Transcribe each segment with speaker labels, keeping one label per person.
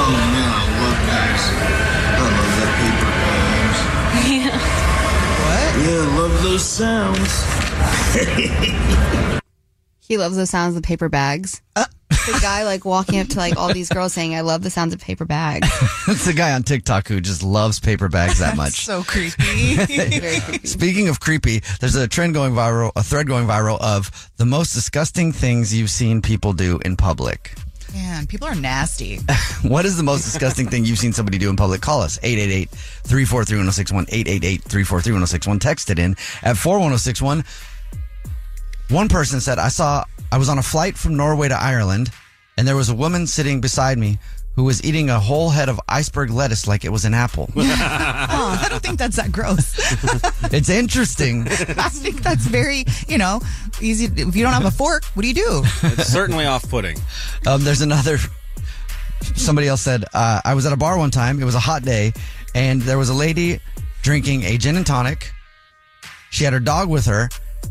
Speaker 1: Oh man, I love these. I love that paper bombs.
Speaker 2: What?
Speaker 1: Yeah, I love those sounds.
Speaker 3: He loves the sounds of paper bags.
Speaker 4: Uh.
Speaker 3: The guy like walking up to like all these girls saying, "I love the sounds of paper bags."
Speaker 2: It's the guy on TikTok who just loves paper bags that much.
Speaker 3: so creepy.
Speaker 2: Speaking of creepy, there's a trend going viral, a thread going viral of the most disgusting things you've seen people do in public.
Speaker 3: Man, people are nasty.
Speaker 2: What is the most disgusting thing you've seen somebody do in public? Call us 888 343 1061, 888 343 1061. Text it in at 41061. One person said, I saw, I was on a flight from Norway to Ireland, and there was a woman sitting beside me who was eating a whole head of iceberg lettuce like it was an apple.
Speaker 4: Oh, I don't think that's that gross.
Speaker 2: it's interesting.
Speaker 4: I think that's very, you know, easy. If you don't have a fork, what do you do?
Speaker 5: It's certainly off putting.
Speaker 2: Um, there's another. Somebody else said uh, I was at a bar one time. It was a hot day, and there was a lady drinking a gin and tonic. She had her dog with her,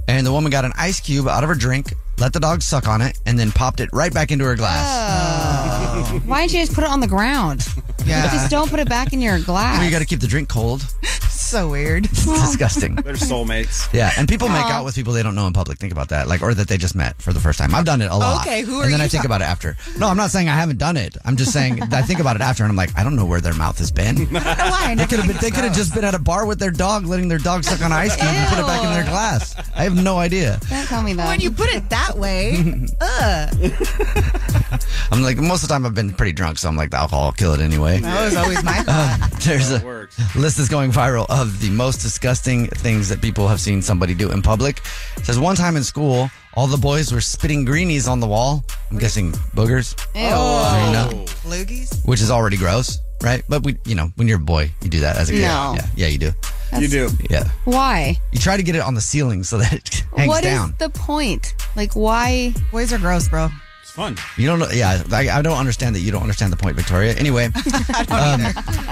Speaker 2: and the woman got an ice cube out of her drink, let the dog suck on it, and then popped it right back into her glass.
Speaker 3: Why don't you just put it on the ground?
Speaker 4: Yeah.
Speaker 3: Just don't put it back in your glass.
Speaker 2: Well, you got to keep the drink cold.
Speaker 4: so weird.
Speaker 2: It's disgusting.
Speaker 5: They're soulmates.
Speaker 2: Yeah, and people make out with people they don't know in public. Think about that, like, or that they just met for the first time. I've done it a lot.
Speaker 4: Okay, who are
Speaker 2: And then
Speaker 4: you
Speaker 2: I think about it after. No, I'm not saying I haven't done it. I'm just saying that I think about it after, and I'm like, I don't know where their mouth has been.
Speaker 4: I don't know why. I
Speaker 2: They
Speaker 4: never
Speaker 2: could have
Speaker 4: think
Speaker 2: been, they
Speaker 4: it's
Speaker 2: could have
Speaker 4: gross.
Speaker 2: just been at a bar with their dog, letting their dog suck on an ice cube and put it back in their glass. I have no idea.
Speaker 3: Don't tell me that.
Speaker 4: When you put it that way, ugh.
Speaker 2: I'm like most of the time I've been pretty drunk, so I'm like the alcohol will kill it anyway. Uh,
Speaker 4: That was always my thought.
Speaker 2: There's a
Speaker 5: works.
Speaker 2: list that's going viral of the most disgusting things that people have seen somebody do in public. It says one time in school, all the boys were spitting greenies on the wall. I'm guessing boogers, uh,
Speaker 3: Ew.
Speaker 4: Loogies?
Speaker 2: which is already gross, right? But we, you know, when you're a boy, you do that as a kid.
Speaker 3: No.
Speaker 2: Yeah, yeah, you do.
Speaker 5: You do.
Speaker 2: Yeah,
Speaker 3: Why?
Speaker 2: you try to get it on the ceiling so that it hangs
Speaker 3: What is
Speaker 2: down.
Speaker 3: the point? Like, why?
Speaker 4: Boys are gross, bro.
Speaker 5: It's fun.
Speaker 2: You don't know. Yeah, I, I don't understand that you don't understand the point, Victoria. Anyway, um,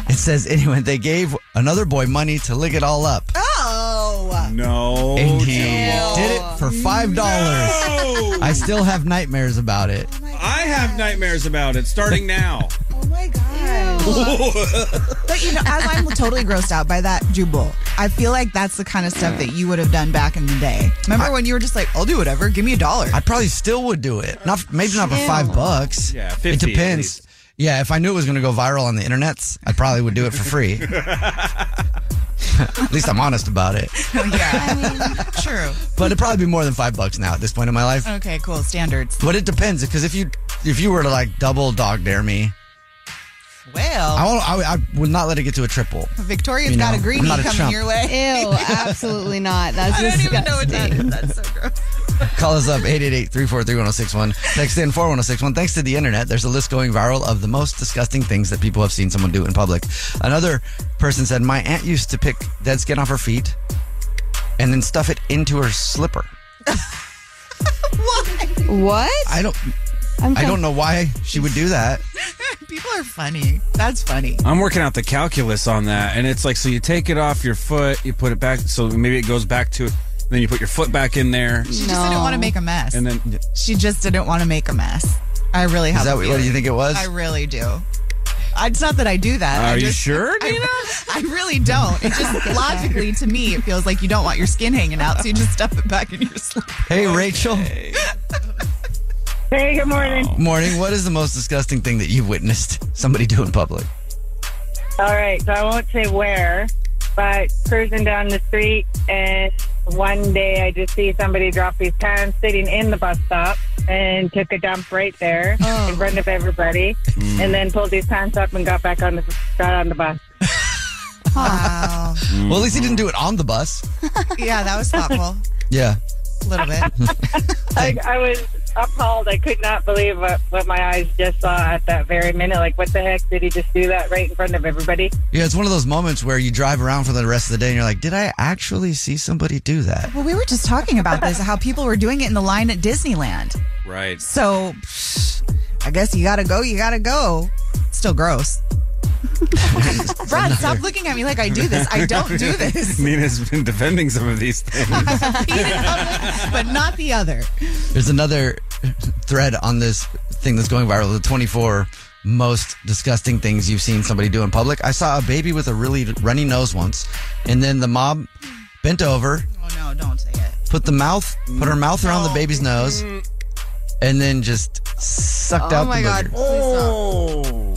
Speaker 2: it says anyway they gave another boy money to lick it all up,
Speaker 5: Uh,
Speaker 4: Oh.
Speaker 5: No.
Speaker 2: and he
Speaker 4: Ew.
Speaker 3: Oh,
Speaker 2: did it for five dollars.
Speaker 5: Oh,
Speaker 2: I still have nightmares about it.
Speaker 5: I have nightmares about it starting now.
Speaker 4: Oh my god! but you know, as I'm totally grossed out by that jubal, I feel like that's the kind of stuff that you would have done back in the day. Remember when you were just like, "I'll do whatever, give me a dollar."
Speaker 2: I probably still would do it. Not maybe not for five bucks.
Speaker 5: Yeah,
Speaker 2: it
Speaker 5: 50 at
Speaker 2: depends.
Speaker 5: least.
Speaker 2: Yeah, if I knew it was going to go viral on the internets, I probably would do it for free. at least I'm honest about it.
Speaker 4: yeah, true.
Speaker 2: But it'd probably be more than five bucks now at this point in my life.
Speaker 4: Okay, cool. Standards.
Speaker 2: But it depends because if you if you were to like double dog dare me,
Speaker 4: Well,
Speaker 2: I, won't, I, I would not let it get to a triple.
Speaker 4: Victoria's
Speaker 2: You
Speaker 4: got
Speaker 2: know,
Speaker 4: a
Speaker 2: I'm
Speaker 4: greenie
Speaker 2: not a
Speaker 4: coming
Speaker 2: chump.
Speaker 4: your way.
Speaker 3: Ew, absolutely not. That's
Speaker 4: I don't
Speaker 3: disgusting.
Speaker 4: even know what that is. That's so gross.
Speaker 2: Call us up 888-343-1061. Text in 41061. Thanks to the internet, there's a list going viral of the most disgusting things that people have seen someone do in public. Another person said, "My aunt used to pick dead skin off her feet and then stuff it into her slipper."
Speaker 4: What?
Speaker 3: What?
Speaker 2: I don't
Speaker 3: I'm
Speaker 2: I
Speaker 3: con-
Speaker 2: don't know why she would do that.
Speaker 4: People are funny. That's funny.
Speaker 5: I'm working out the calculus on that, and it's like so you take it off your foot, you put it back, so maybe it goes back to it, then you put your foot back in there,
Speaker 4: She just didn't
Speaker 3: No.
Speaker 4: want to make a mess.
Speaker 5: and then
Speaker 4: she just didn't want to make a mess. I really have.
Speaker 2: Is that
Speaker 4: a
Speaker 2: what, what do you
Speaker 4: feeling.
Speaker 2: think it was?
Speaker 4: I really do. It's not that I do that. I
Speaker 5: Are you
Speaker 4: just-
Speaker 5: sure,
Speaker 4: I,
Speaker 5: Nina?
Speaker 4: I really don't. It just logically to me, it feels like you don't want your skin hanging out, so you just stuff it back in your sleeve.
Speaker 2: hey, Rachel.
Speaker 6: Hey, good morning.
Speaker 2: Morning. What is the most disgusting thing that you've witnessed somebody do in public?
Speaker 6: All right, so I won't say where, but cruising down the street, and one day I just see somebody drop these pants sitting in the bus stop and took a dump right there in front of everybody, and then pulled these pants up and got back on the got on the bus.
Speaker 4: Wow.
Speaker 2: Well, at least he didn't do it on the bus.
Speaker 4: yeah, that was thoughtful.
Speaker 2: Yeah.
Speaker 4: A little bit.
Speaker 6: I, I was appalled. I could not believe what, what my eyes just saw at that very minute. Like, what the heck did he just do that right in front of everybody?
Speaker 2: Yeah, it's one of those moments where you drive around for the rest of the day and you're like, did I actually see somebody do that?
Speaker 4: Well, we were just talking about this, how people were doing it in the line at Disneyland.
Speaker 5: right.
Speaker 4: So, psh, I guess you gotta go. You gotta go. Still gross. Brad, stop looking at me like I do this. I don't do this.
Speaker 5: Nina's been defending some of these things.
Speaker 4: but not the other.
Speaker 2: There's another thread on this thing that's going viral the 24 most disgusting things you've seen somebody do in public. I saw a baby with a really runny nose once, and then the mob bent over,
Speaker 4: Oh no, don't say it.
Speaker 2: put the mouth, put her mouth around the baby's nose, and then just sucked
Speaker 3: Oh
Speaker 2: out
Speaker 3: my
Speaker 2: the
Speaker 3: god.
Speaker 2: lizard.
Speaker 3: please don't.
Speaker 5: Oh.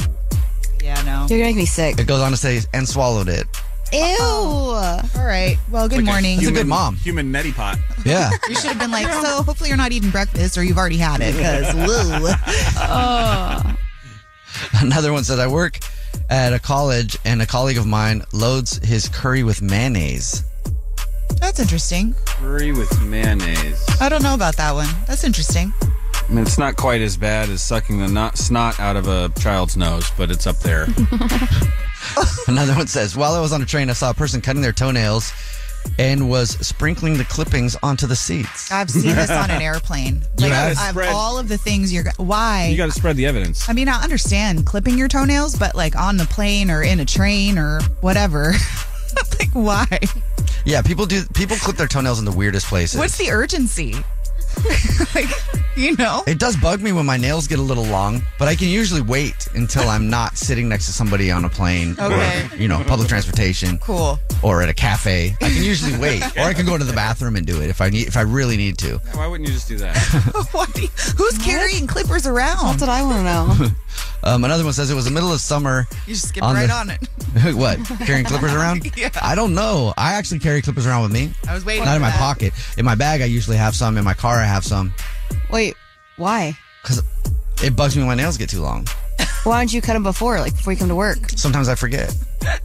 Speaker 4: Yeah, no.
Speaker 3: You're gonna make me sick.
Speaker 2: It goes on to say, and swallowed it.
Speaker 3: Ew.
Speaker 4: All right. Well, good morning.
Speaker 2: human- good mom.
Speaker 5: Human neti pot.
Speaker 2: Yeah.
Speaker 4: You should have been like, so hopefully you're not eating breakfast or you've already had it because woo.
Speaker 2: Another one says, I work at a college, and a colleague of mine loads his curry with mayonnaise.
Speaker 4: That's interesting.
Speaker 5: Curry with mayonnaise.
Speaker 4: I don't know about that one. That's interesting.
Speaker 5: I mean, it's not quite as bad as sucking the not- snot out of a child's nose, but it's up there.
Speaker 2: Another one says, While I was on a train, I saw a person cutting their toenails and was sprinkling the clippings onto the seats.
Speaker 4: I've seen this on an airplane. Like,
Speaker 5: gotta
Speaker 4: I've
Speaker 5: spread-
Speaker 4: all of the things you're. Why?
Speaker 5: you got to spread the evidence.
Speaker 4: I mean, I understand clipping your toenails, but like on the plane or in a train or whatever. like, why?
Speaker 2: Yeah, people do. People clip their toenails in the weirdest places.
Speaker 4: What's the urgency? like, you know?
Speaker 2: it does bug me when my nails get a little long, but I can usually wait until I'm not sitting next to somebody on a plane
Speaker 4: Okay.
Speaker 2: or, you know, public transportation
Speaker 4: Cool.
Speaker 2: or at a cafe. I can usually wait, or I can go to the bathroom and do it if I need, if I really need to.
Speaker 5: Why wouldn't you just do that?
Speaker 4: Why? Who's carrying clippers around?
Speaker 3: That's what I want to know.
Speaker 2: Um, another one says it was the middle of summer.
Speaker 4: You just skip
Speaker 2: On
Speaker 4: right
Speaker 2: the-
Speaker 4: on it.
Speaker 2: what carrying clippers around?
Speaker 4: Yeah.
Speaker 2: I don't know. I actually carry clippers around with me.
Speaker 4: I was waiting.
Speaker 2: Not
Speaker 4: for
Speaker 2: in my
Speaker 4: that.
Speaker 2: pocket. In my bag, I usually have some. In my car, I have some.
Speaker 3: Wait, why?
Speaker 2: Because it bugs me when my nails get too long.
Speaker 3: Why don't you cut them before, like before you come to work?
Speaker 2: Sometimes I forget. I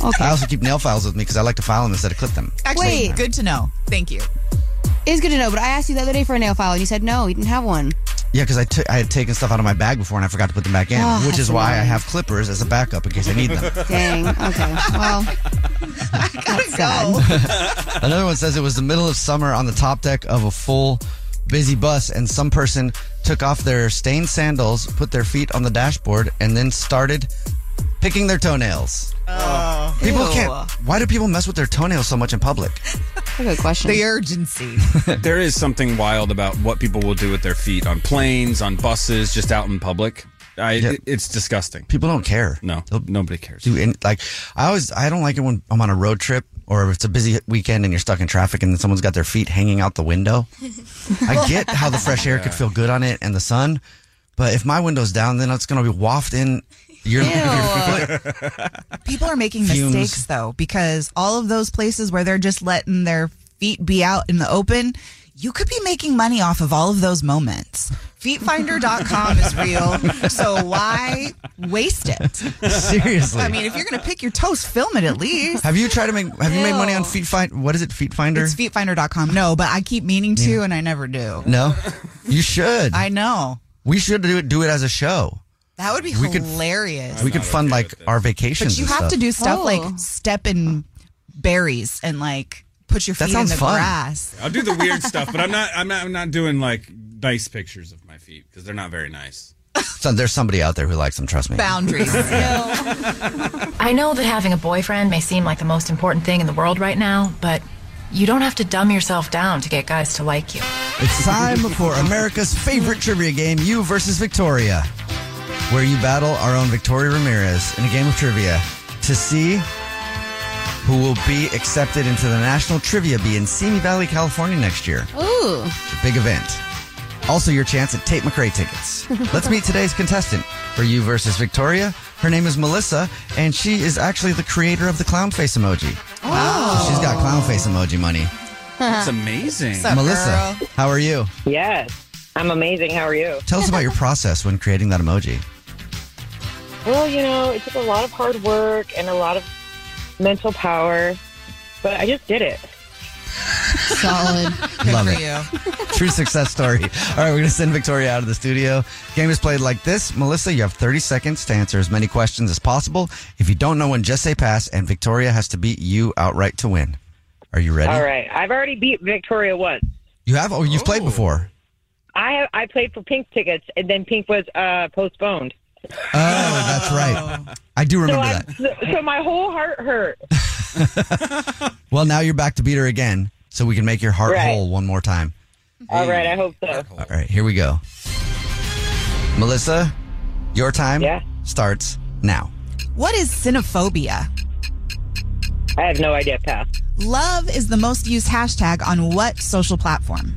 Speaker 3: Okay.
Speaker 2: also keep nail files with me because I like to file them instead of clip them.
Speaker 4: Actually,
Speaker 3: Wait.
Speaker 4: good to know. Thank you.
Speaker 3: It's good to know, but I asked you the other day for a nail file and you said no, you didn't have one.
Speaker 2: Yeah, because I took- I had taken stuff out of my bag before and I forgot to put them back in,
Speaker 3: Oh,
Speaker 2: which is
Speaker 3: that's
Speaker 2: why I
Speaker 3: annoying.
Speaker 2: have clippers as a backup in case I need them.
Speaker 3: Dang. Okay. Well, that's sad.
Speaker 2: Another one says it was the middle of summer on the top deck of a full, busy bus, and some person took off their stained sandals, put their feet on the dashboard, and then started picking their toenails. People
Speaker 3: Ew.
Speaker 2: can't. Why do people mess with their toenails so much in public?
Speaker 3: That's a good question.
Speaker 4: The urgency.
Speaker 5: there is something wild about what people will do with their feet on planes, on buses, just out in public. I, it- it's disgusting.
Speaker 2: People don't care.
Speaker 5: No,
Speaker 2: They'll
Speaker 5: nobody cares.
Speaker 2: do any, like I always I don't like it when I'm on a road trip or if it's a busy weekend and you're stuck in traffic and then someone's got their feet hanging out the window. I get how the fresh air could feel good on it and the sun, but if my window's down, then it's gonna be wafted in. Your, your foot.
Speaker 4: People are making
Speaker 2: Fumes.
Speaker 4: mistakes though, because all of those places where they're just letting their feet be out in the open, you could be making money off of all of those moments. Feetfinder.com is real, so why waste it?
Speaker 2: Seriously.
Speaker 4: I mean, if you're gonna pick your toes, film it at least.
Speaker 2: have you tried to make have you made money on
Speaker 3: Ew.
Speaker 2: feet find what is it, feet finder?
Speaker 4: It's feetfinder.com. No, but I keep meaning to, and I never do.
Speaker 2: no? You should.
Speaker 4: I know
Speaker 2: we should do it do it as a show.
Speaker 4: that would be
Speaker 2: We could-
Speaker 4: hilarious.
Speaker 2: we could fund like our vacations.
Speaker 4: But you
Speaker 2: and
Speaker 4: have
Speaker 2: stuff.
Speaker 4: to do stuff
Speaker 3: Oh.
Speaker 4: like step in berries and like put your
Speaker 2: That
Speaker 4: feet in
Speaker 2: sounds
Speaker 4: the
Speaker 2: fun.
Speaker 4: grass.
Speaker 5: I'll do the weird stuff, but I'm not. I'm not. I'm not doing like nice pictures of my feet because they're not very nice.
Speaker 2: So there's somebody out there who likes them. Trust me.
Speaker 4: Boundaries.
Speaker 7: I know that having a boyfriend may seem like the most important thing in the world right now, but you don't have to dumb yourself down to get guys to like you.
Speaker 2: It's time for America's favorite trivia game, You versus Victoria, where you battle our own Victoria Ramirez in a game of trivia to see who will be accepted into the National Trivia Bee in Simi Valley, California next year.
Speaker 3: Ooh.
Speaker 2: It's a big event. Also, your chance at Tate McRae tickets. Let's meet today's contestant for You versus Victoria. Her name is Melissa, and she is actually the creator of the clown face emoji. Wow. she's got clown face emoji money.
Speaker 5: It's amazing.
Speaker 2: Melissa, how are you?
Speaker 6: Yes. I'm amazing. How are you?
Speaker 2: Tell us about your process when creating that emoji.
Speaker 6: Well, you know, it took a lot of hard work and a lot of mental power, but I just did it.
Speaker 3: Solid.
Speaker 2: Love
Speaker 4: for
Speaker 2: it.
Speaker 4: you.
Speaker 2: True success story. All right, we're going to send Victoria out of the studio. Game is played like this. Melissa, you have 30 seconds to answer as many questions as possible. If you don't know one, just say pass, and Victoria has to beat you outright to win. Are you ready?
Speaker 6: All right. I've already beat Victoria once.
Speaker 2: You have? Oh, you've played before.
Speaker 6: I I played for Pink tickets, and then Pink was uh, postponed.
Speaker 2: Oh, that's
Speaker 4: Oh.
Speaker 2: right. I do
Speaker 6: So,
Speaker 2: remember
Speaker 6: I,
Speaker 2: that.
Speaker 6: so so my whole heart hurt.
Speaker 2: Well, now you're back to beat her again, so we can make your heart
Speaker 6: Right.
Speaker 2: whole one more time.
Speaker 6: All right. I hope so.
Speaker 2: All right, here we go. Melissa, your time
Speaker 6: Yeah.
Speaker 2: starts now.
Speaker 4: What is xenophobia?
Speaker 6: I have no idea. Pass.
Speaker 4: Love is the most used hashtag on what social platform?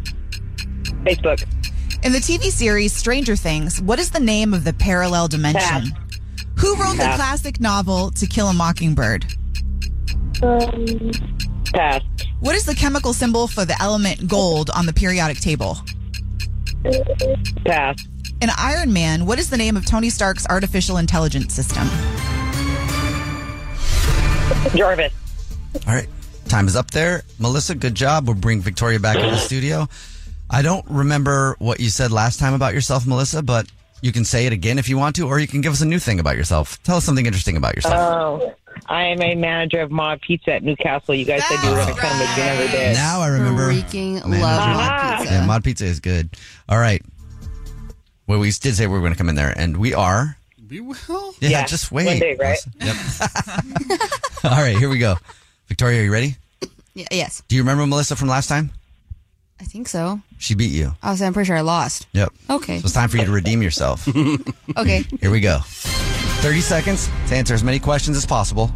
Speaker 6: Facebook.
Speaker 4: In the TV series Stranger Things, what is the name of the parallel dimension? Who wrote the
Speaker 6: Pass.
Speaker 4: classic novel To Kill a Mockingbird?
Speaker 6: Um, Pass.
Speaker 4: What is the chemical symbol for the element gold on the periodic table?
Speaker 6: Pass.
Speaker 4: In Iron Man, what is the name of Tony Stark's artificial intelligence system?
Speaker 6: Jarvis.
Speaker 2: All right. Time is up there. Melissa, good job. We'll bring Victoria back in the studio. I don't remember what you said last time about yourself, Melissa, but you can say it again if you want to, or you can give us a new thing about yourself. Tell us something interesting about yourself.
Speaker 6: Oh, I am a manager of Mob Pizza at Newcastle. You guys said you were going to come, but you never did.
Speaker 2: now I remember.
Speaker 3: Freaking love
Speaker 2: Man,
Speaker 3: mod pizza.
Speaker 2: Yeah, Mod Pizza is good. All right. Well, we did say we were going to come in there, and we are.
Speaker 5: We will.
Speaker 2: Yeah,
Speaker 6: Yeah,
Speaker 2: just wait.
Speaker 6: one day, right?
Speaker 2: Melissa. Yep. All right, here we go. Victoria, are you ready?
Speaker 3: Y- yes,
Speaker 2: Do you remember Melissa from last time?
Speaker 3: I think so.
Speaker 2: She beat you.
Speaker 3: I was. I'm pretty sure I lost.
Speaker 2: Yep.
Speaker 3: Okay.
Speaker 2: So it's time for you to redeem yourself.
Speaker 3: Okay.
Speaker 2: Here we go. 30 seconds to answer as many questions as possible.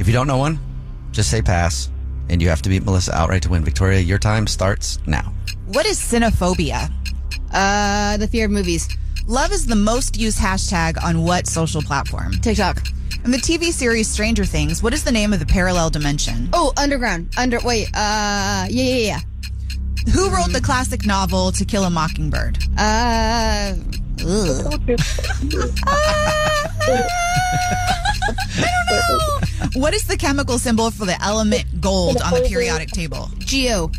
Speaker 2: If you don't know one, just say pass. And you have to beat Melissa outright to win. Victoria, your time starts now.
Speaker 4: What is xenophobia?
Speaker 3: Uh, the fear of movies.
Speaker 4: Love is the most used hashtag on what social platform?
Speaker 3: TikTok.
Speaker 4: In the TV series Stranger Things, what is the name of the parallel dimension?
Speaker 3: Oh, underground. Under. Wait. Uh. Yeah. Yeah.
Speaker 4: Who wrote the classic novel To Kill a Mockingbird?
Speaker 3: Yeah. Uh. Ugh.
Speaker 4: What is the chemical symbol for the element gold on the periodic table?
Speaker 3: Geo.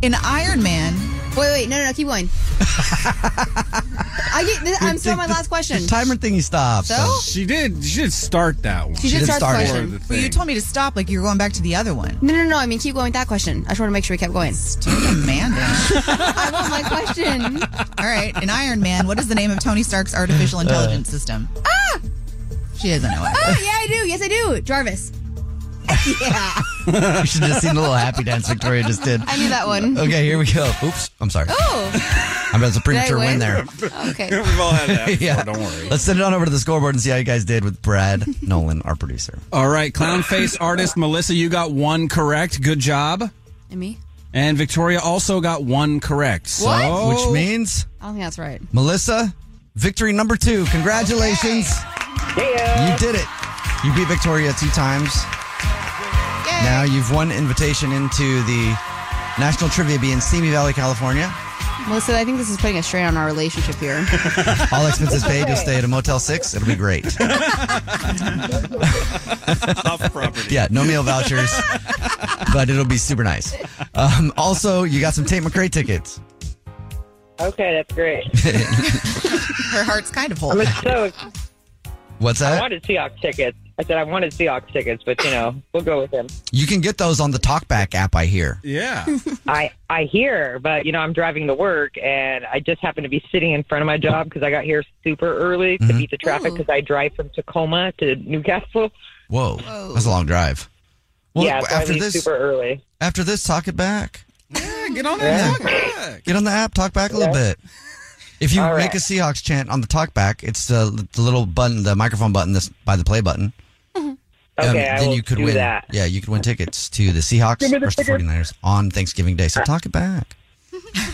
Speaker 4: In Iron Man,
Speaker 3: Wait. Wait. No. No. No. Keep going. I get. This, I'm still on my last question.
Speaker 2: The timer thingy stops.
Speaker 3: So?
Speaker 5: She did. She did start that one.
Speaker 3: She
Speaker 2: did
Speaker 3: did start the
Speaker 2: start it.
Speaker 5: Or
Speaker 3: question.
Speaker 5: the
Speaker 4: well, you
Speaker 5: thing.
Speaker 4: told me to stop like you were going back to the other one.
Speaker 3: No, no, no. I mean, keep going with that question. I just want to make sure we kept going.
Speaker 4: Amanda.
Speaker 3: I want my question.
Speaker 4: All right. In Iron Man, what is the name of Tony Stark's artificial intelligence system? Ah! She doesn't know it.
Speaker 3: Oh, yeah, I do. Yes, I do. Jarvis. yeah,
Speaker 2: you should have just seen the little happy dance Victoria just did.
Speaker 3: I knew that one.
Speaker 2: Okay, here we go. Oops. I'm sorry.
Speaker 3: Oh,
Speaker 2: I'm about to premature
Speaker 3: win?
Speaker 2: win there.
Speaker 3: okay.
Speaker 5: We've all had that before.
Speaker 2: Yeah.
Speaker 5: Oh, Don't worry.
Speaker 2: Let's send it on over to the scoreboard and see how you guys did with Brad Nolan, our producer.
Speaker 5: All right, clown face artist Melissa, you got one correct. Good job.
Speaker 3: And me?
Speaker 5: And Victoria also got one correct. So
Speaker 2: Which means
Speaker 3: I don't think that's right.
Speaker 2: Melissa, victory number two. Congratulations. You did it. You beat Victoria two times. Now you've won invitation into the National Trivia Bee in Simi Valley, California.
Speaker 3: Melissa, I think this is putting a strain on our relationship here.
Speaker 2: All expenses paid. You'll stay at a Motel 6. It'll be great.
Speaker 5: off property.
Speaker 2: Yeah, no meal vouchers, but it'll be super nice. Um, also, you got some Tate McRae tickets.
Speaker 6: Okay, that's great.
Speaker 4: Her heart's kind of full.
Speaker 6: I'm so
Speaker 2: What's
Speaker 6: I
Speaker 2: that?
Speaker 6: wanted Seahawks tickets. I said I wanted Seahawks tickets, but you know we'll go with him.
Speaker 2: You can get those on the TalkBack app, I hear.
Speaker 5: Yeah.
Speaker 6: I I hear, but you know I'm driving to work, and I just happen to be sitting in front of my job because I got here super early to
Speaker 4: Mm-hmm.
Speaker 2: Mhm.
Speaker 6: beat the traffic because I drive from Tacoma to Newcastle.
Speaker 2: Whoa, that's a long drive. Well,
Speaker 6: yeah, so I
Speaker 2: after
Speaker 6: leave
Speaker 2: this,
Speaker 6: super early.
Speaker 2: after this, talk it back.
Speaker 5: Yeah, get on
Speaker 2: there, Yeah.
Speaker 5: there.
Speaker 2: Get on the app, talk back a little bit. If you
Speaker 6: All
Speaker 2: make
Speaker 6: right.
Speaker 2: a Seahawks chant on the talk back, it's uh, the little button, the microphone button that's by the play button. Um,
Speaker 6: Okay, I
Speaker 2: then
Speaker 6: will
Speaker 2: you could
Speaker 6: do
Speaker 2: win.
Speaker 6: that.
Speaker 2: Yeah, you could win tickets to the Seahawks
Speaker 6: Give me the
Speaker 2: versus the
Speaker 6: tickets.
Speaker 2: 49ers on Thanksgiving Day. So talk it back.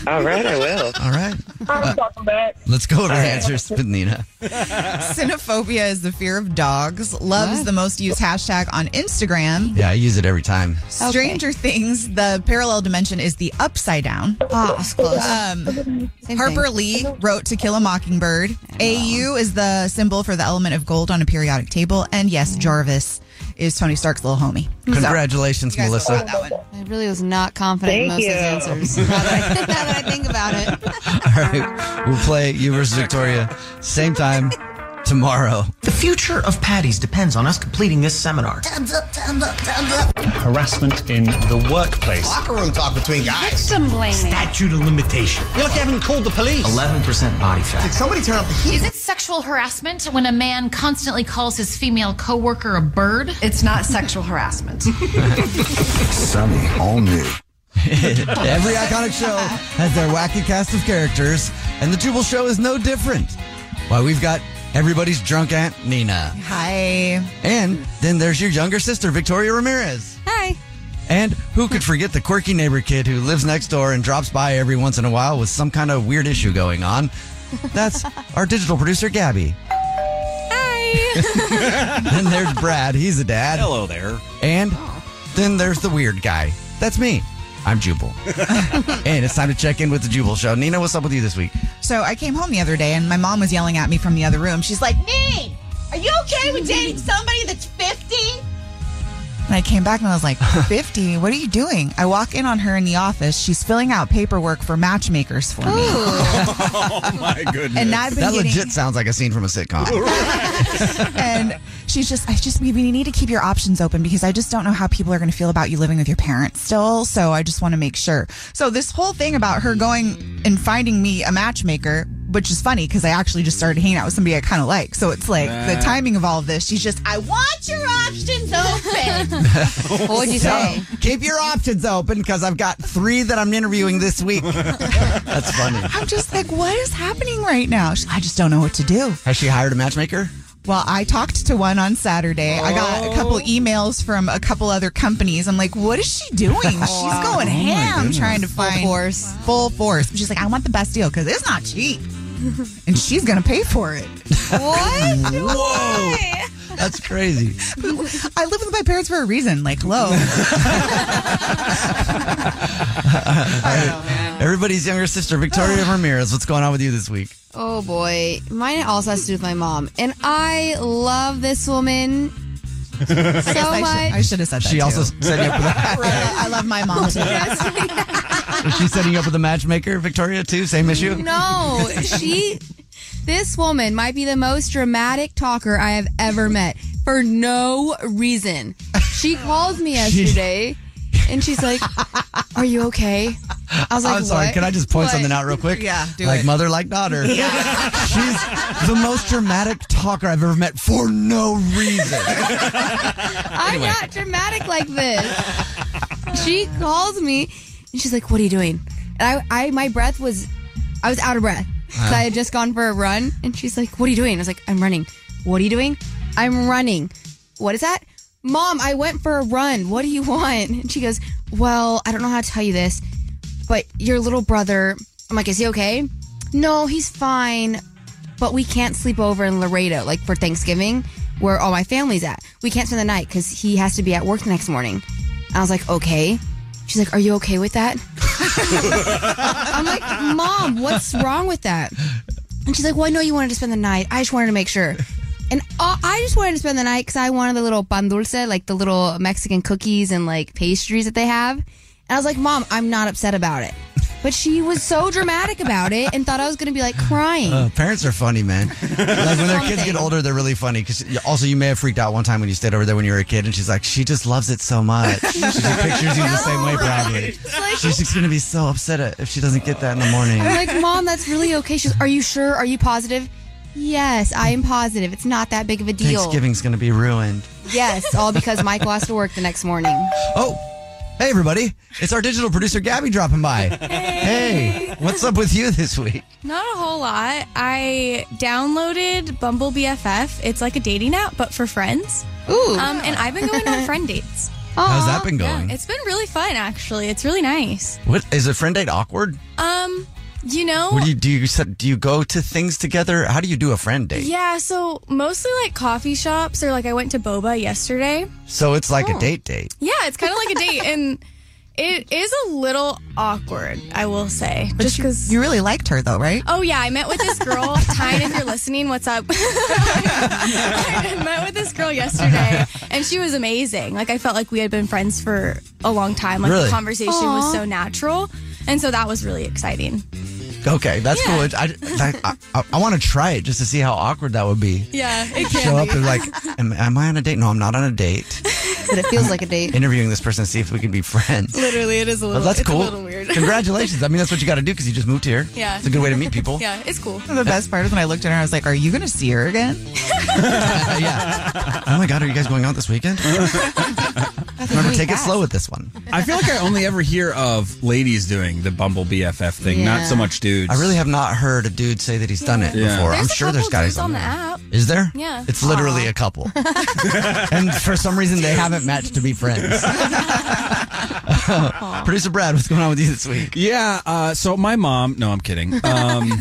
Speaker 6: All right, I will.
Speaker 2: All right. Uh,
Speaker 6: I'm talking back.
Speaker 2: Let's go over
Speaker 4: All
Speaker 2: our
Speaker 4: right.
Speaker 2: answers with Nina.
Speaker 4: Cynophobia is the fear of dogs. Love is the most used hashtag on Instagram.
Speaker 2: Yeah, I use it every time.
Speaker 4: Stranger Things, the parallel dimension is the upside down.
Speaker 3: Ah, that's close.
Speaker 4: Um,
Speaker 3: Same
Speaker 4: Harper
Speaker 3: thing.
Speaker 4: Lee wrote To Kill a Mockingbird. AU is the symbol for the element of gold on a periodic table. And yes, Jarvis is Tony Stark's little homie. So,
Speaker 2: Congratulations,
Speaker 4: you guys
Speaker 2: Melissa.
Speaker 4: got that one.
Speaker 3: I really was not confident in
Speaker 6: Thank
Speaker 3: most
Speaker 6: you.
Speaker 3: of those answers. Now that, I, now that I think about it,
Speaker 2: All right. We'll play you versus Victoria same time tomorrow.
Speaker 8: The future of patties depends on us completing this seminar.
Speaker 1: Time's up, time's up, time's up.
Speaker 9: Harassment in the workplace.
Speaker 1: Locker room talk between guys.
Speaker 3: some blaming.
Speaker 8: Statute of limitation.
Speaker 1: You're like you haven't called the police.
Speaker 8: 11% body
Speaker 1: Did
Speaker 8: fat.
Speaker 1: somebody turn up the heat?
Speaker 10: Is it sexual harassment when a man constantly calls his female coworker a bird?
Speaker 11: It's not sexual harassment.
Speaker 1: Sunny, all new.
Speaker 2: Every iconic show has their wacky cast of characters, and the Jubal Show is no different. Why, we've got everybody's drunk aunt, Nina.
Speaker 4: Hi.
Speaker 2: And then there's your younger sister, Victoria Ramirez.
Speaker 3: hi.
Speaker 2: And who could forget the quirky neighbor kid who lives next door and drops by every once in a while with some kind of weird issue going on? That's our digital producer, Gabby. Hi. then there's Brad. He's a dad.
Speaker 5: Hello there.
Speaker 2: And then there's the weird guy. That's me. I'm Jubal. and it's time to check in with the Jubal Show. Nina, what's up with you this week?
Speaker 4: So I came home the other day and my mom was yelling at me from the other room. She's like, Nee, are you okay with dating somebody that's 50? And I came back and I was like, 50? What are you doing? I walk in on her in the office. She's filling out paperwork for matchmakers for me.
Speaker 5: Oh my goodness.
Speaker 4: And I've been
Speaker 2: that
Speaker 4: getting-
Speaker 2: legit sounds like a scene from a sitcom.
Speaker 4: and she's just, I just, we we need to keep your options open because I just don't know how people are going to feel about you living with your parents still. So I just want to make sure. So this whole thing about her going and finding me a matchmaker, which is funny because I actually just started hanging out with somebody I kind of like. So it's like the
Speaker 5: Ah.
Speaker 4: timing of all of this. She's just, I want your options open.
Speaker 3: What would you say?
Speaker 2: Keep your options open because I've got three that I'm interviewing this week. That's funny.
Speaker 4: I'm just like, what is happening right now? She's, I just don't know what to do.
Speaker 2: Has she hired a matchmaker?
Speaker 4: Well, I talked to one on Saturday. I got a
Speaker 3: Oh.
Speaker 4: couple emails from a couple other companies. I'm like, what is she doing?
Speaker 3: Oh
Speaker 4: She's going ham trying to find full
Speaker 3: force.
Speaker 4: Full force. She's like, I want the best deal because it's not cheap. and she's going to pay for it.
Speaker 3: What?
Speaker 2: Whoa.
Speaker 3: Why?
Speaker 2: That's crazy.
Speaker 4: I live with my parents for a reason. Like, hello.
Speaker 2: Everybody's younger sister, Victoria Ramirez. What's going on with you this week?
Speaker 3: Oh boy, mine also has to do with my mom, and I love this woman so
Speaker 4: I, should, I
Speaker 3: much.
Speaker 4: should have said that.
Speaker 2: She
Speaker 4: too.
Speaker 2: also set you up with
Speaker 4: I, love, I love my mom too.
Speaker 2: a, is she setting you up with a matchmaker, Victoria too? Same issue.
Speaker 3: No, she. This woman might be the most dramatic talker I have ever met for no reason. She called me yesterday, and she's like, "Are you okay?" I was like,
Speaker 2: I'm sorry.
Speaker 3: "What?"
Speaker 2: Can I just point
Speaker 3: What?
Speaker 2: something out real quick?
Speaker 4: Yeah, do
Speaker 2: like
Speaker 4: it.
Speaker 2: mother, like daughter. She's the most dramatic talker I've ever met for no reason.
Speaker 3: I'm not dramatic like this. she calls me and she's like, "What are you doing?" And I, I my breath was, I was out of breath. 'Cause I had just gone for a run, and she's like, "What are you doing?" I was like, "I'm running." What are you doing? I'm running. What is that? Mom, I went for a run. What do you want? And she goes, Well, I don't know how to tell you this, but your little brother, I'm like, Is he okay? No, he's fine but we can't sleep over in Laredo, like for Thanksgiving, where all my family's at. We can't spend the night because he has to be at work the next morning. And I was like, okay. She's like, are you okay with that? I'm like, mom, what's wrong with that? And she's like, well, I know you wanted to spend the night. I just wanted to make sure. And uh, I just wanted to spend the night because I wanted the little pan dulce, like the little Mexican cookies and like pastries that they have. And I was like, mom, I'm not upset about it. But she was so dramatic about it and thought I was going to be like crying.
Speaker 2: Uh, parents are funny, man. like when their kids get older, they're really funny. Because also, you may have freaked out one time when you stayed over there when you were a kid, and she's like, "She just loves it so much. she just pictures you the same way, probably. she's just gonna be so upset at- if she doesn't get that in the morning."
Speaker 3: I'm like, Mom, that's really okay. She's, Are you sure? Are you positive? Yes, I am positive. It's not that big of a deal.
Speaker 2: Thanksgiving's gonna be ruined.
Speaker 3: Yes, all because Michael has to work the next morning.
Speaker 2: Oh, hey everybody! It's our digital producer Gabby dropping by. Hey, what's up with you this week?
Speaker 12: Not a whole lot. I downloaded Bumble BFF. It's like a dating app, but for friends.
Speaker 3: Ooh.
Speaker 12: Um, and I've been going on friend dates.
Speaker 2: How's that been
Speaker 12: Yeah,
Speaker 2: going?
Speaker 12: it's been really fun, actually. It's really nice.
Speaker 2: What is a friend date awkward?
Speaker 12: Um, you know,
Speaker 2: What do you do? You set- do you go to things together? How do you do a friend date?
Speaker 12: yeah. So mostly like coffee shops, or like I went to Boba yesterday.
Speaker 2: So it's like
Speaker 12: Oh.
Speaker 2: a date date.
Speaker 12: Yeah, it's kind of like a date, and it is a little awkward, I will say.
Speaker 4: But you, you really liked her though, right?
Speaker 12: Oh yeah, I met with this girl. Tyne, if you're listening, what's up? I met with this girl yesterday, and she was amazing. Like I felt like we had been friends for a long time. Like
Speaker 2: Really?
Speaker 12: the conversation was
Speaker 2: Aw.
Speaker 12: so natural, and so that was really exciting.
Speaker 2: Okay, that's
Speaker 12: Yeah.
Speaker 2: cool. I, that- I, I, want to try it just to see how awkward that would be.
Speaker 12: Yeah, it
Speaker 2: Show up and like, am, am I on a date? No, I'm not on a date.
Speaker 3: But it feels like a date.
Speaker 2: Interviewing this person to see if we can be friends.
Speaker 12: Literally, it is a
Speaker 2: Well,
Speaker 12: little.
Speaker 2: that's
Speaker 12: it's
Speaker 2: cool.
Speaker 12: A little weird.
Speaker 2: Congratulations. I mean, that's what you got to do because you just moved here.
Speaker 12: Yeah.
Speaker 2: It's a good way to meet people.
Speaker 12: yeah, it's cool.
Speaker 4: The best part is when I looked at her, I was like, "Are you going to see her again?"
Speaker 2: Oh my God, are you guys going out this weekend? Remember,
Speaker 4: we
Speaker 2: take it
Speaker 4: have.
Speaker 2: slow with this one.
Speaker 5: I feel like I only ever hear of ladies doing the Bumble BFF thing, not so much dudes.
Speaker 2: I really have not heard a dude say that he's done it
Speaker 5: Yeah.
Speaker 2: before. I'm
Speaker 5: There's a
Speaker 2: sure there's
Speaker 5: couple
Speaker 2: guys
Speaker 5: dudes
Speaker 2: on
Speaker 5: on the
Speaker 2: there.
Speaker 5: app.
Speaker 2: Is there?
Speaker 5: Yeah.
Speaker 2: It's literally
Speaker 5: Aw.
Speaker 2: a couple. and for some reason, they haven't matched to be friends. Producer Brad, what's going on with you this week?
Speaker 5: Yeah. Uh, so my mom. No, I'm kidding. Um,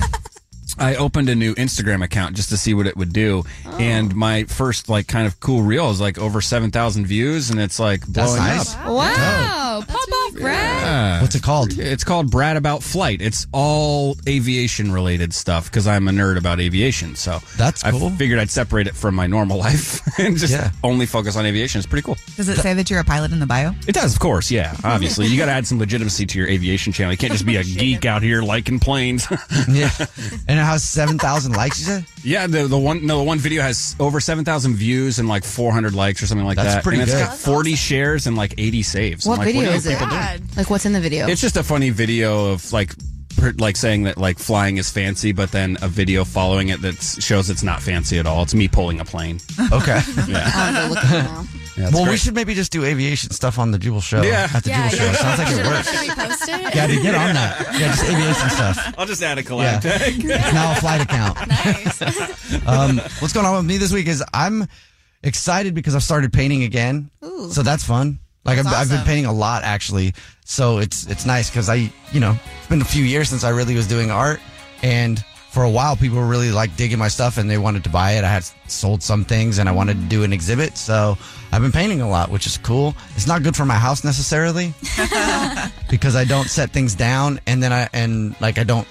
Speaker 5: I opened a new Instagram account just to see what it would do, and my first like kind of cool reel is like over seven thousand views, and it's like blowing
Speaker 2: nice.
Speaker 5: up.
Speaker 3: Wow. Pop off, Brad.
Speaker 2: What's it called?
Speaker 5: It's called Brad About Flight. It's all aviation related stuff because I'm a nerd about aviation. So
Speaker 2: that's
Speaker 5: cool. I figured I'd separate it from my normal life and just only focus on aviation. It's pretty cool.
Speaker 4: Does it say that you're a pilot in the bio?
Speaker 5: It does, of course. Yeah, obviously, you got to add some legitimacy to your aviation channel. You can't just be a geek out here liking planes.
Speaker 2: yeah, and it has seven thousand likes. You said?
Speaker 5: Yeah, the the one no the one video has over seven thousand views and like four hundred likes or something like
Speaker 2: That's
Speaker 5: that.
Speaker 2: pretty
Speaker 5: and
Speaker 2: good.
Speaker 5: It's got forty shares and like eighty saves. I'm
Speaker 3: What
Speaker 5: like,
Speaker 3: video
Speaker 5: do
Speaker 3: is it?
Speaker 5: people do?
Speaker 3: Like, what's in the video?
Speaker 5: It's just a funny video of like per- like saying that like flying is fancy, but then a video following it that s- shows it's not fancy at all. It's me pulling a plane.
Speaker 2: Okay.
Speaker 5: yeah. Yeah, it's
Speaker 2: well, we
Speaker 5: great.
Speaker 2: should maybe just do aviation stuff on the Jubal show.
Speaker 5: Yeah.
Speaker 2: at the
Speaker 5: Yeah,
Speaker 2: Jubal
Speaker 5: yeah.
Speaker 2: show. Sounds like it
Speaker 5: Should-
Speaker 2: works.
Speaker 5: should we post it?
Speaker 2: Yeah, dude, get on that. Yeah, just aviation stuff.
Speaker 5: I'll just add a
Speaker 2: Yeah.
Speaker 5: collab tag.
Speaker 2: it's now a flight account. um, what's going on with me this week is I'm excited because I've started painting again.
Speaker 13: Ooh.
Speaker 2: So that's fun. Like
Speaker 13: That's
Speaker 2: I've, I've been
Speaker 13: awesome.
Speaker 2: painting a lot actually. So it's it's nice because I you know it's been a few years since I really was doing art and. For a while, people were really like digging my stuff, and they wanted to buy it. I had sold some things, and I wanted to do an exhibit, so I've been painting a lot, which is cool. It's not good for my house necessarily, because I don't set things down and then I and like I don't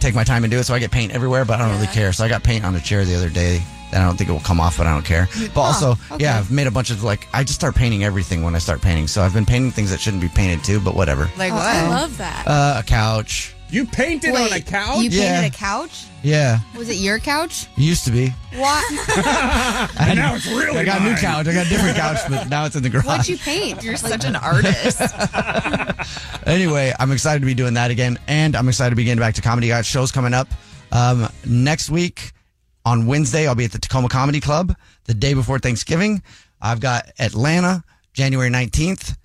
Speaker 2: take my time and do it. So I get paint everywhere, but I don't really care. So I got paint on a chair the other day that I don't think it will come off, but I don't care. But also,
Speaker 3: Oh,
Speaker 2: yeah, I've made a bunch of like I just start painting everything when I start painting. So I've been painting things that shouldn't be painted too, but whatever.
Speaker 4: Like
Speaker 12: Oh,
Speaker 4: what?
Speaker 12: I love that.
Speaker 2: Uh, a couch.
Speaker 5: You painted
Speaker 3: Wait, You painted
Speaker 2: yeah.
Speaker 3: a couch?
Speaker 2: Yeah,
Speaker 3: Was it your couch?
Speaker 2: it used to be.
Speaker 3: What?
Speaker 2: I had-
Speaker 3: now it's really
Speaker 2: I got a new
Speaker 3: mine.
Speaker 2: couch. I got a different couch, but now it's in the garage.
Speaker 3: What'd you paint? You're such an
Speaker 4: artist.
Speaker 2: anyway, I'm excited to be doing that again, and I'm excited to be getting back to comedy. I got shows coming up um, next week on Wednesday. I'll be at the Tacoma Comedy Club the day before Thanksgiving. I've got Atlanta January 19th,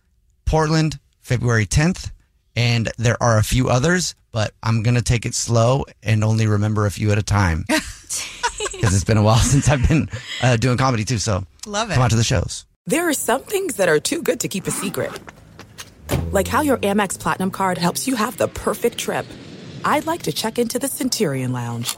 Speaker 2: Portland February 10th, and there are a few others, but I'm gonna take it slow and only remember a few at a time because it's been a while since I've been uh, doing comedy too. So
Speaker 14: Love it.
Speaker 2: Come out to the shows.
Speaker 14: There are some things that are too good to keep a secret. Like how your Amex Platinum card helps you have the perfect trip. I'd like to check into the Centurion Lounge.